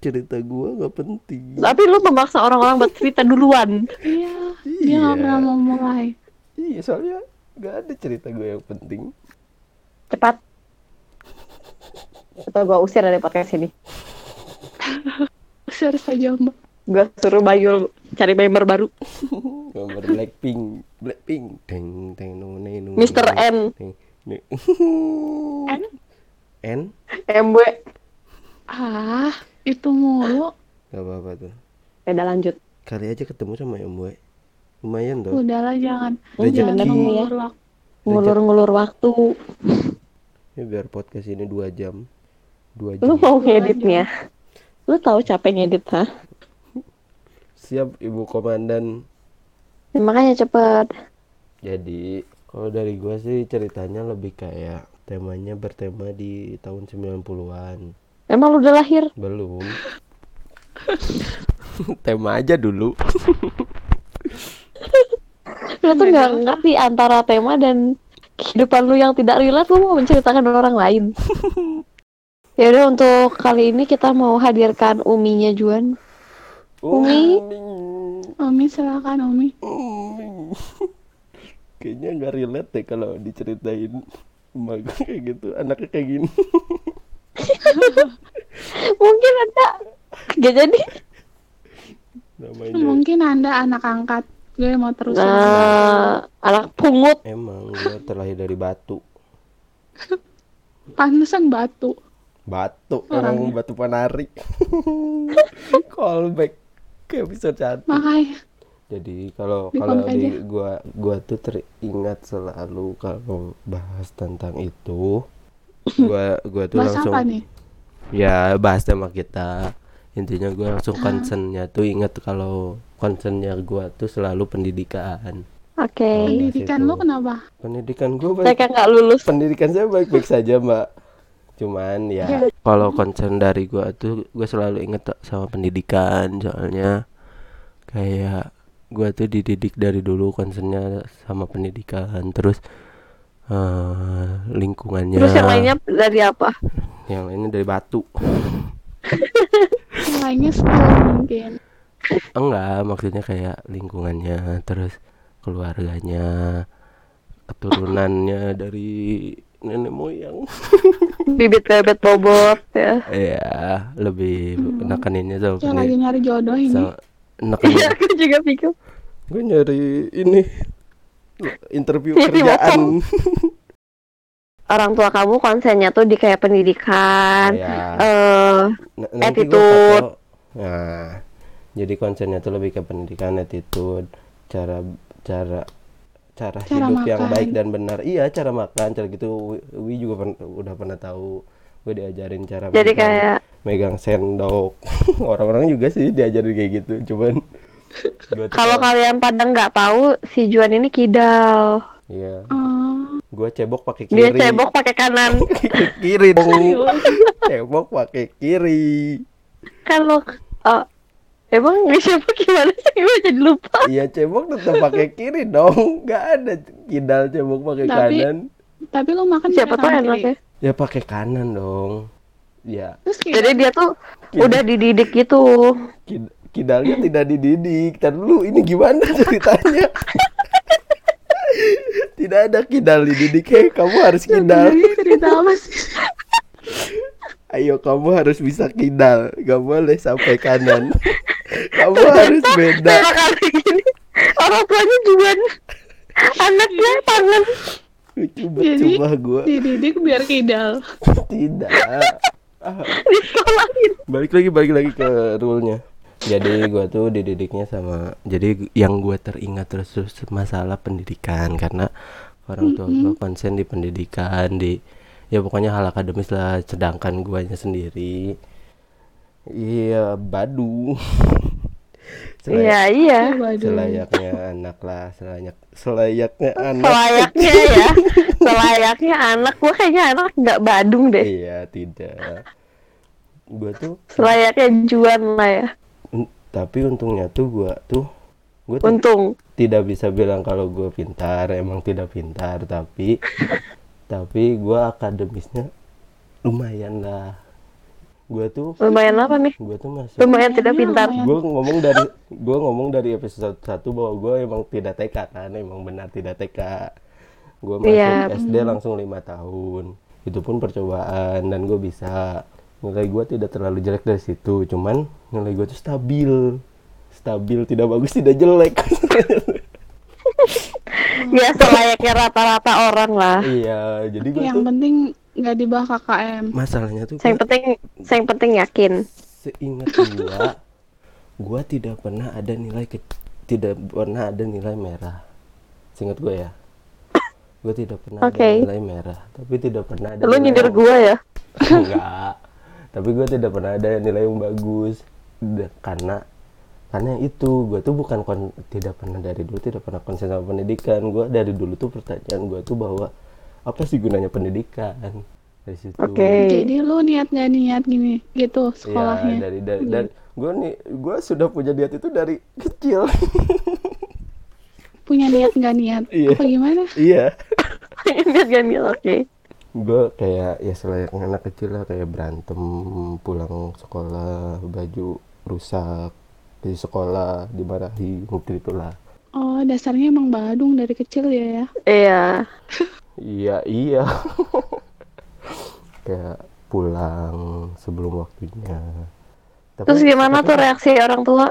Cerita gua nggak penting.
Tapi lu memaksa orang-orang buat cerita duluan.
Iya, dia nggak
Iya.
pernah mau mulai.
Iya, soalnya nggak ada cerita gua yang penting.
Cepat. Atau gua usir dari podcast ini.
Usir saja mbak.
Gua suruh Bayul cari member baru.
Gambar Blackpink, Blackpink. Teng teng nune nune.
Mr. N,
Teng, nu- N?
MW.
Ah, itu mulu.
Gak apa-apa tuh.
Beda Ya lanjut.
Kali aja ketemu sama Mbak. Lumayan tuh.
Udahlah jangan.
Rezeki.
Jangan
Bener ya.
mengulur waktu.
Ngulur-ngulur waktu.
Ya, biar podcast ini dua jam. Dua jam.
Lu mau ngeditnya? Lu tahu capek ngedit, ha?
Siap Ibu Komandan.
Ya, makanya cepet.
Jadi, kalau dari gua sih ceritanya lebih kayak temanya bertema di tahun 90-an.
Emang lu udah lahir?
Belum. Tema aja dulu.
Lu tuh nggak ngerti antara tema dan kehidupan lu yang tidak relate, lu mau menceritakan orang lain. ya udah untuk kali ini kita mau hadirkan uminya Juan. Umi.
Umi silakan Umi.
Umi. Oh. Kayaknya nggak relate deh kalau diceritain emak gue kayak gitu, anaknya kayak gini.
mungkin ada gak jadi
namanya
Mungkin Anda anak angkat. Gue mau terus.
Nah, anak pungut.
emang gue terlahir dari batu
Pantesan batu.
batu
Orangnya.
orang batu penari callback ke episode satu
Makanya
jadi kalau
Di
kalau
pom
di
aja.
gua gua tuh teringat selalu kalau bahas tentang itu gua gua tuh
bahas
langsung
apa nih?
ya bahas tema kita intinya gue langsung
Ah.
concernnya tuh inget kalau concernnya gue tuh selalu pendidikan
Oke.
Bahas
Pendidikan
itu.
lu kenapa?
pendidikan gue baik
Mereka nggak lulus.
pendidikan saya baik baik saja mbak cuman
Iya.
ya kalau concern dari gue tuh gue selalu inget sama pendidikan soalnya kayak gue tuh dididik dari dulu concernnya sama pendidikan terus eh, lingkungannya
Terus yang lainnya dari apa?
yang lainnya dari batu
Yang lainnya skill mungkin.
enggak maksudnya kayak lingkungannya terus keluarganya keturunannya dari nenek moyang
Bibit bebet bobot ya.
ya lebih nekaninnya sama
Kayak lagi
pendi-
nyari jodoh ini.
sama
Iya,
nekenin
aku juga pikir.
gue nyari ini interview
Nyari
kerjaan
Orang tua kamu konsennya tuh di kayak pendidikan. Eh,
ya N- nanti gua
attitude.
foto. nah jadi concernnya tuh lebih ke pendidikan attitude cara cara cara,
Cara
hidup yang
makan.
baik dan benar iya cara makan cara gitu Wi- Wi juga pern- udah pernah tahu gue diajarin cara
jadi
megang-
kayak
megang sendok orang-orang juga sih diajarin kayak gitu cuman gua tuh
kalau
kayak,
kalian pada nggak tahu si Juan ini kidal.
iya
Oh,
gue cebok pakai
Dia
kiri
cebok pakai kanan.
kiri dong cebok pakai kiri
kalau eh, emang siapa gimana sih gue jadi lupa.
Iya cebok tetap pakai kiri dong. Gak ada kidal cebok pakai
Tapi-
kanan.
tapi lu makan
Siapa
pakai
tuh
tangan
enaknya?
kiri.
Ya pakai kanan dong. Ya
Terus kayak
Jadi dia tuh
Iya.
udah dididik gitu.
kid- kidalnya tidak dididik. Ntar dulu ini gimana ceritanya? tidak ada kidal dididik. Hei kamu harus kidal.
sebenarnya cerita apa sih?
Ayo kamu harus bisa kidal. Gak boleh sampai kanan. kamu harus beda.
Nah, kali gini orang tuanya juga anaknya tangan
Jadi-
Coba-coba gue.
Dididik biar kidal.
Tidak. Ah,
di sekolah gitu.
balik lagi balik lagi ke rule-nya jadi gua tuh dididiknya sama jadi yang gua teringat terus terus masalah pendidikan karena orang tua gua konsen di pendidikan di ya pokoknya hal akademis lah sedangkan guanya sendiri iya badu Selay-
Iya iya.
Oh, waduh.
selayaknya anak lah selayak selayaknya anak
Selayaknya ya, selayaknya anak. Gue kayaknya anak nggak Badung deh.
iya tidak gua tuh
Selayaknya Juan lah ya.
un- tapi untungnya tuh gua tuh gua tuh
Untung.
tidak bisa bilang kalau gue pintar emang tidak pintar tapi tapi gue akademisnya lumayan lah gue tuh
Lumayan apa nih?
gue tuh masuk
Lumayan tidak
Iya,
pintar.
lumayan.
gue ngomong dari gue ngomong dari episode 1 bahwa gue emang tidak TK kan emang benar tidak TK gue masuk
Iya.
SD langsung lima tahun itu pun percobaan dan gue bisa nilai gue tidak terlalu jelek dari situ cuman nilai gue tuh stabil stabil tidak bagus tidak jelek
Ya selayaknya rata-rata orang lah.
iya jadi gue
Yang
tuh
penting nggak di bawah KKM.
masalahnya tuh
Yang
gua
penting, yang penting yakin.
seingat gua gua tidak pernah ada nilai ke, tidak pernah ada nilai merah seingat gua ya gua tidak pernah
Oke.
ada nilai merah tapi tidak pernah ada
Lu
nilai
nyindir
yang-
gue ya?
enggak tapi gua tidak pernah ada nilai yang bagus Da- karena karena itu gua tuh bukan kon- tidak pernah dari dulu tidak pernah konsen sama pendidikan gua dari dulu tuh pertanyaan gua tuh bahwa apa sih gunanya pendidikan dari situ
Oke.
Jadi lu niat nggak niat gini gitu
Iya,
sekolahnya.
dari dari dari gue nih gue sudah punya diet itu dari kecil.
Punya niat nggak niat?
Iya.
Apa gimana?
iya.
Ingat kan gitu, oke.
Gue kayak ya selayaknya anak kecil lah kayak berantem pulang sekolah baju rusak di sekolah dimarahi mungkin itulah.
Oh dasarnya emang Badung dari kecil ya ya.
Iya.
Iya iya. kayak pulang sebelum waktunya. Tapi,
Terus gimana tuh reaksi orang tua?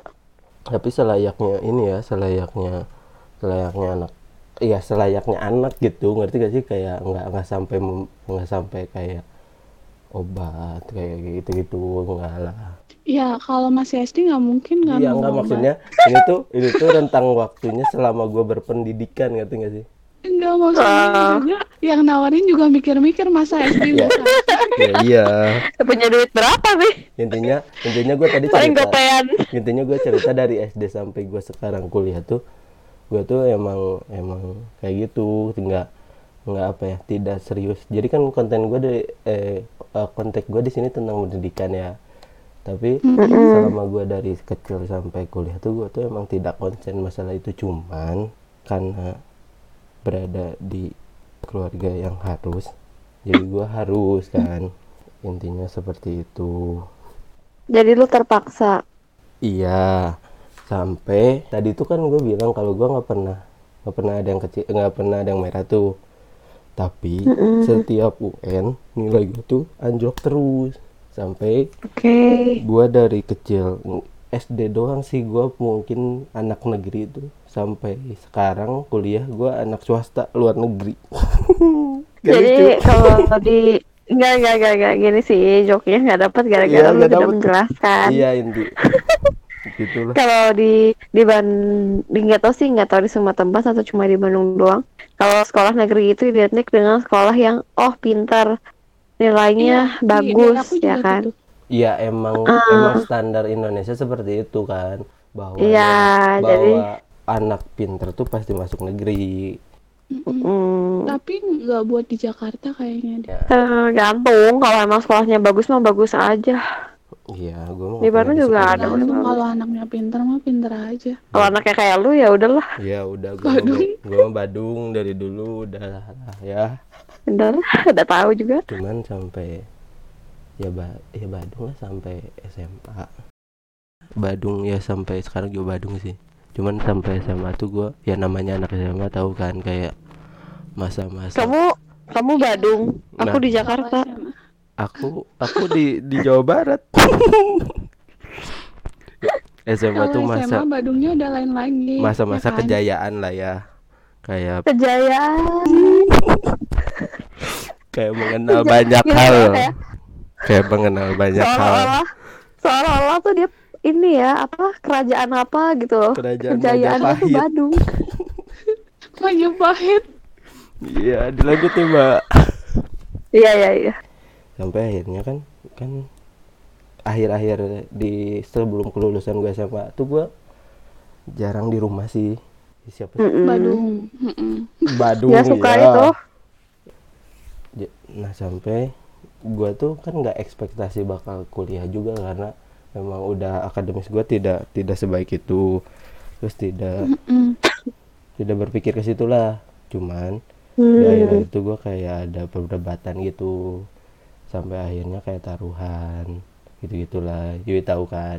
tapi selayaknya ini ya selayaknya selayaknya anak ya selayaknya anak gitu ngerti gak sih kayak nggak nggak sampai mem- nggak sampai kayak obat kayak gitu gitu nggak lah
Ya kalau masih SD nggak mungkin kan.
iya nggak
ngomong.
maksudnya ini tuh ini tuh rentang waktunya selama gue berpendidikan ngerti gak sih
Nggak maksudnya
Ah.
juga yang nawarin juga mikir-mikir masa SD
Iya.
bisa.
ya iya
Punya duit berapa sih?
intinya intinya gue tadi
Paling
cerita
gopean.
intinya gue cerita dari SD sampai gue sekarang kuliah tuh gue tuh emang emang kayak gitu nggak nggak apa ya tidak serius jadi kan konten gue dari eh eh, kontak gue di sini tentang pendidikan ya tapi selama gue dari kecil sampai kuliah tuh gue tuh emang tidak konsen masalah itu cuman karena berada di keluarga yang harus jadi gue harus kan intinya seperti itu
Jadi lu terpaksa.
Iya, sampai tadi itu kan gue bilang kalau gue nggak pernah nggak pernah ada yang kecil nggak pernah ada yang merah tuh. Tapi setiap UN nilai gue tuh anjlok terus sampai
Oke.
gue dari kecil SD doang sih gue mungkin anak negeri itu sampai sekarang kuliah gue anak swasta luar negeri. gitu. Gak lucu.
Jadi kalau tadi Enggak, enggak, enggak, enggak. Gini sih, joknya enggak dapat gara-gara
Iya,
lu
nggak
tidak
dapet.
menjelaskan.
Iya Gitu inti. Gitulah.
Kalau di di Bandung, nggak tahu sih, nggak tahu di semua tempat atau cuma di Bandung doang. Kalau sekolah negeri itu identik dengan sekolah yang oh pintar, nilainya
Iya,
bagus,
aku juga
ya kan?
gitu.
Iya emang
Ah.
emang standar Indonesia seperti itu kan bahwa
Iya,
bahwa
jadi-
anak pinter tuh pasti masuk negeri.
Mm-mm.
Hmm.
Tapi nggak buat di Jakarta kayaknya. deh.
Eh, gantung kalau emang sekolahnya bagus mah bagus aja
Iya, gue mau.
Di Bandung juga ada.
sekolah.
Langsung kalau anaknya pinter mah pinter aja.
kalau
Hmm.
anaknya kayak lu ya udahlah
Iya udah gue
Badung.
gue Badung dari dulu udah lah ya.
udahlah udah tahu juga
Cuman sampai ya ba ya Badung lah sampai SMA. Badung ya sampai sekarang juga Badung sih. Cuman sampai SMA tuh gue ya namanya anak SMA tahu kan kayak masa-masa
kamu kamu Badung aku
Nah.
di Jakarta
Kalau SMA.
Aku aku di di Jawa Barat. SMA Iya,
Kalau
tuh
SMA
masa
Badungnya udah lain lagi.
Iya,
masa-masa
ya kan?
kejayaan lah ya. Kayak
kejayaan
kayak mengenal banyak
Gini
hal.
banget ya.
Kayak mengenal banyak hal.
seolah-olah seolah-olah tuh dia ini ya apa kerajaan apa gitu loh
Kerajaan
kejayaannya tuh
Majapahit.
Badung
Majapahit.
Iya, dilanjutin, Mbak.
iya iya iya
Sampai akhirnya kan kan akhir-akhir di sebelum kelulusan gue SMA tuh gue jarang di rumah sih. Siapa sih?
Mm-mm.
Badung. Mm-mm.
Badung iya.
dia Ya, suka itu
Ja- Nah sampai gua tuh kan nggak ekspektasi bakal kuliah juga karena memang udah akademis gua tidak tidak sebaik itu terus tidak
Mm.
tidak berpikir ke situ lah cuman
Hmm.
di akhir itu gua kayak ada perdebatan gitu sampai akhirnya kayak taruhan gitu gitulah Yui tahu kan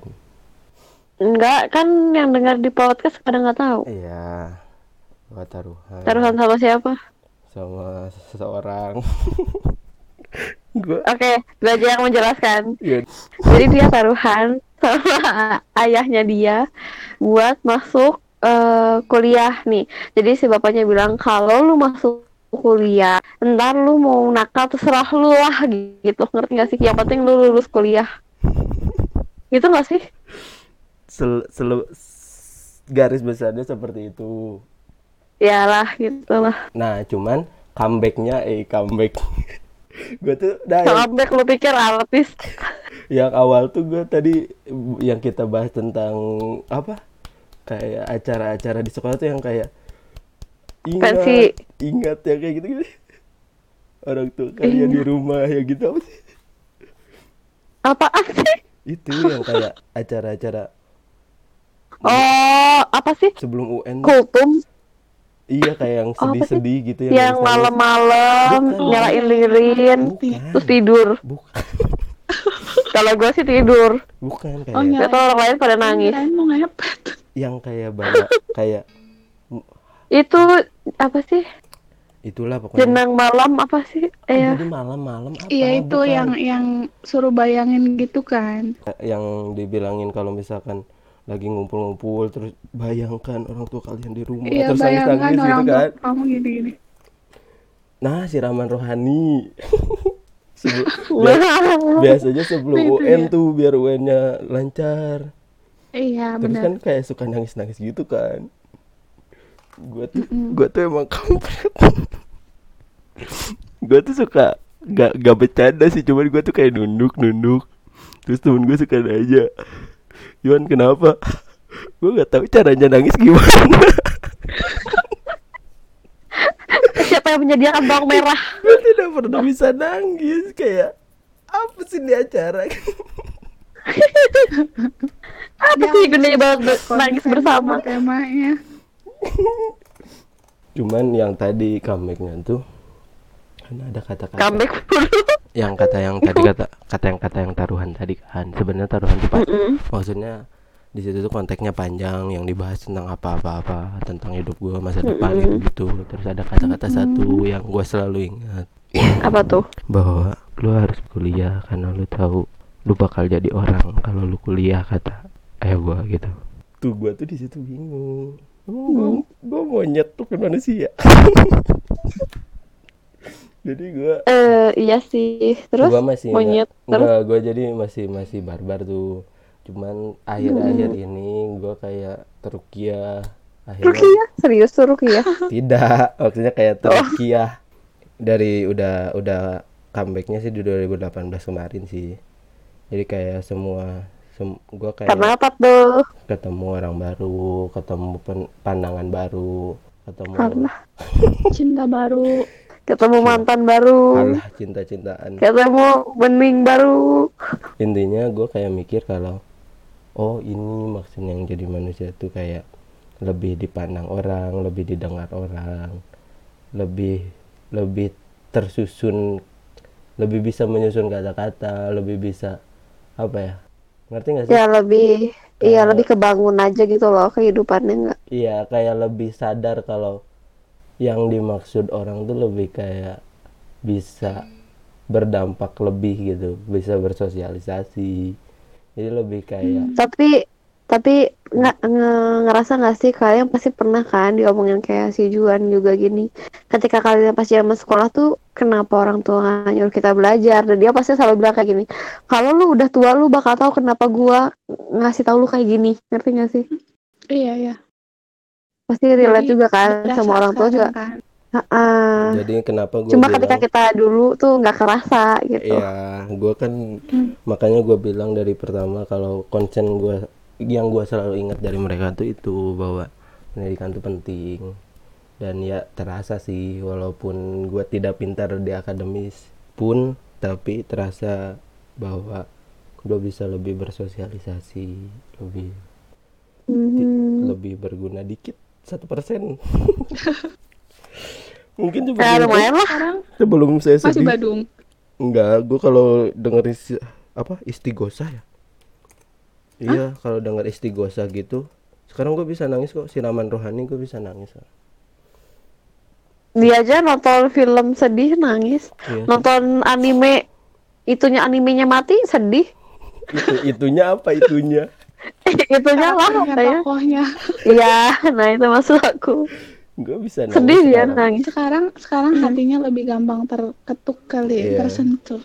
enggak kan yang dengar di podcast pada nggak tahu
iya gua taruhan
taruhan sama siapa
sama seseorang gua
Oke, gue aja yang menjelaskan.
Iya.
Jadi dia taruhan sama ayahnya dia buat masuk eh, kuliah nih. Jadi si bapaknya bilang kalau lu masuk kuliah, ntar lu mau nakal terserah lu lah gitu. Ngerti gak sih? Yang penting lu lulus kuliah. Gitu gak sih?
sel, sel- s- garis besarnya seperti itu
Iyalah gitu lah.
Nah, cuman comebacknya eh comeback. gue tuh nah yang,
Sampai lu pikir artis.
yang awal tuh gue tadi mm, yang kita bahas tentang apa kayak acara-acara di sekolah tuh yang kayak ingat
Pensi.
ingat ya kayak gitu gitu orang tua kalian
Iya.
di rumah ya gitu apa sih
Apaan sih?
itu yang kayak acara-acara
Oh, apa sih?
sebelum UN
Kultum
iya kayak yang
sih?
sedih-sedih gitu yang,
yang
nangis-nangis.
malam-malam
Bukan.
nyalain lilin terus
bukan
tidur.
bukan
Kalau gue sih tidur,
bukan kayak
Oh, nyalain.
Gak tau orang lain pada nangis.
Kirain mau ngepet.
yang kayak banyak kayak
Itu apa sih?
itulah pokoknya
Jenang malam apa sih? Eh,
jadi malam-malam apa
Iya itu
bukan?
yang yang suruh bayangin gitu kan.
Eh, yang dibilangin kalau misalkan lagi ngumpul-ngumpul terus bayangkan orang tua kalian di rumah
Iya
terus
bayangkan
nangis-nangis
orang
gitu
tua
kan
kamu gini-gini.
nah siraman rohani Sebe- bia-
wah.
biasanya sebelum
Itu
UN
dia.
tuh biar UN-nya lancar
Iya
terus
benar.
kan kayak suka nangis-nangis gitu kan gue tuh
Mm-mm.
gue tuh emang kampret gue tuh suka gak gak bercanda sih cuman gue tuh kayak nunduk nunduk terus temen gue suka aja Yuan kenapa gue nggak tahu caranya nangis gimana
Siapa yang menyediakan bawang merah?
gue tidak pernah bisa nangis kayak apa sih ini acara
Apa sih gunanya banget ber- nangis
Konsen
bersama?
sama temanya.
cuman yang tadi comebacknya tuh kan ada kata-kata
Comeback dulu.
yang kata yang tadi kata kata yang kata yang taruhan tadi kan sebenarnya taruhan itu pa- maksudnya di situ tuh konteksnya panjang yang dibahas tentang apa-apa-apa tentang hidup gua masa depan gitu terus ada kata-kata satu yang gua selalu ingat
Apa tuh?
bahwa lu harus kuliah karena lu tahu lu bakal jadi orang kalau lu kuliah kata ayah gua gitu tuh gua tuh di situ bingung emang gua, gua monyet tuh kan manusia jadi gua
Eh, iya sih. Terus
gua masih
monyet. Terus
Enggak, gue jadi masih masih barbar tuh. Cuman akhir-akhir
Hmm.
ini gue kayak terukiah. Akhirnya
Rukiah, serius tuh Rukiah.
tidak, maksudnya kayak
Oh.
terukiah. Dari udah udah comebacknya sih di 2018 kemarin sih. Jadi kayak semua sem gue kayak
Karena apa tuh?
ketemu orang baru, ketemu pen- pandangan baru, ketemu
Karena
Cinta baru.
ketemu mantan baru,
alah cinta-cintaan.
ketemu bening baru.
intinya gue kayak mikir kalau oh ini maksudnya yang jadi manusia tuh kayak lebih dipandang orang lebih didengar orang lebih lebih tersusun lebih bisa menyusun kata-kata lebih bisa apa ya ngerti nggak sih
Ya lebih Iya lebih kebangun aja gitu loh kehidupannya enggak.
iya kayak lebih sadar kalau yang dimaksud orang tuh lebih kayak bisa berdampak lebih gitu bisa bersosialisasi jadi lebih kayak
Tapi tapi nggak nge- ngerasa nggak sih kalian pasti pernah kan diomongin kayak si Juan juga gini. Ketika kalian pas zaman sekolah tuh kenapa orang tua nggak nyuruh kita belajar dan dia pasti selalu bilang kayak gini. Kalau lu udah tua lu bakal tahu kenapa gua ngasih tahu lu kayak gini. Ngerti nggak sih?
Iya iya.
Pasti relate
Jadi,
juga kan sama orang tua juga.
Berdasarkan kan.
Ha-ah.
Jadi kenapa gue
Ah. Cuma ketika kita dulu tuh nggak kerasa gitu.
Iya, gue kan
Hmm.
makanya gue bilang dari pertama kalau konsen gue yang gue selalu ingat dari mereka tuh itu bahwa pendidikan itu penting dan ya terasa sih walaupun gue tidak pintar di akademis pun tapi terasa bahwa gue bisa lebih bersosialisasi lebih
Mhm.
lebih berguna dikit satu persen mungkin
Ya,
sebelum
lumayan lah.
Sekarang
sebelum saya
masih
sedih
Badung.
Enggak, gue kalau dengerin si- apa istigosa ya. Iya, kalau denger istigosa gitu, sekarang gue bisa nangis kok. Siraman rohani gue bisa nangis. kok.
Dia aja nonton film sedih nangis,
Iya.
nonton anime itunya animenya mati sedih.
Itu itunya apa itunya?
itunya lah
Tokohnya,
pokoknya.
tokohnya.
Iya, nah itu maksud aku.
Gue bisa nangis.
Sedih ya, dia
sekarang.
nangis.
Sekarang sekarang hatinya lebih gampang terketuk kali, ya,
Iya.
tersentuh.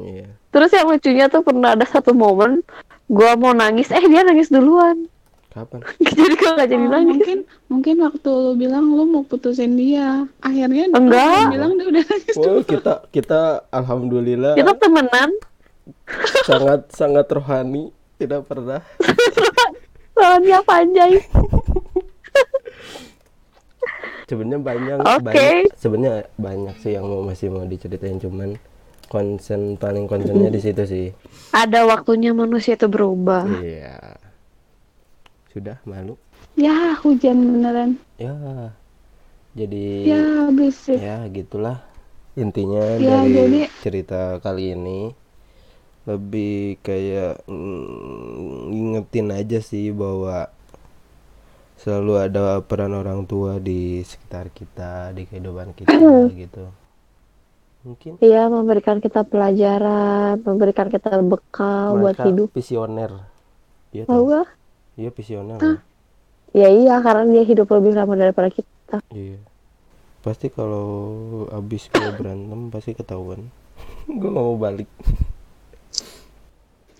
Iya.
Terus yang lucunya tuh pernah ada satu momen gua mau nangis, eh dia nangis duluan.
Kapan?
Jadi gua nggak jadi
Oh,
nangis.
mungkin mungkin waktu lu bilang lu mau putusin dia, akhirnya dia
Enggak.
bilang dia udah nangis
Wow, Oh, kita kita alhamdulillah
Kita temenan,
sangat sangat rohani, tidak pernah.
soalnya panjang.
Sebenarnya banyak
Oke.
banyak sebenarnya banyak sih yang mau masih mau diceritain cuman konsen paling konsennya di situ sih.
Ada waktunya manusia itu berubah.
Iya. Sudah malu.
Ya, hujan beneran.
ya jadi
Ya, berisik.
ya gitulah intinya
Ya,
dari
jadi-
cerita kali ini lebih kayak mm, ngingetin aja sih bahwa selalu ada peran orang tua di sekitar kita di kehidupan kita gitu mungkin
Iya, memberikan kita pelajaran, memberikan kita bekal buat
mereka
hidup.
visioner iya
Tahu
tahu
gak?
iya visioner
Hah?
Ya iya, karena dia hidup lebih lama daripada kita.
iya pasti kalau abis gue berantem pasti ketahuan gue nggak mau balik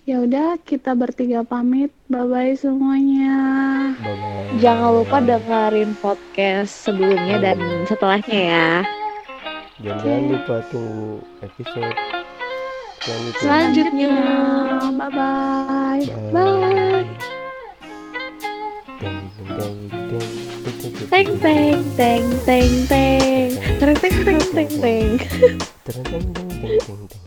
Ya udah, kita bertiga pamit. Bye-bye semuanya.
Bye-bye.
Jangan lupa dengerin podcast sebelumnya dan setelahnya ya.
dan jangan lupa tunggu episode selanjutnya
Selanjutnya.
Bye-bye.
Bye.
Teng teng teng teng teng. Teng teng teng teng teng.
Bye.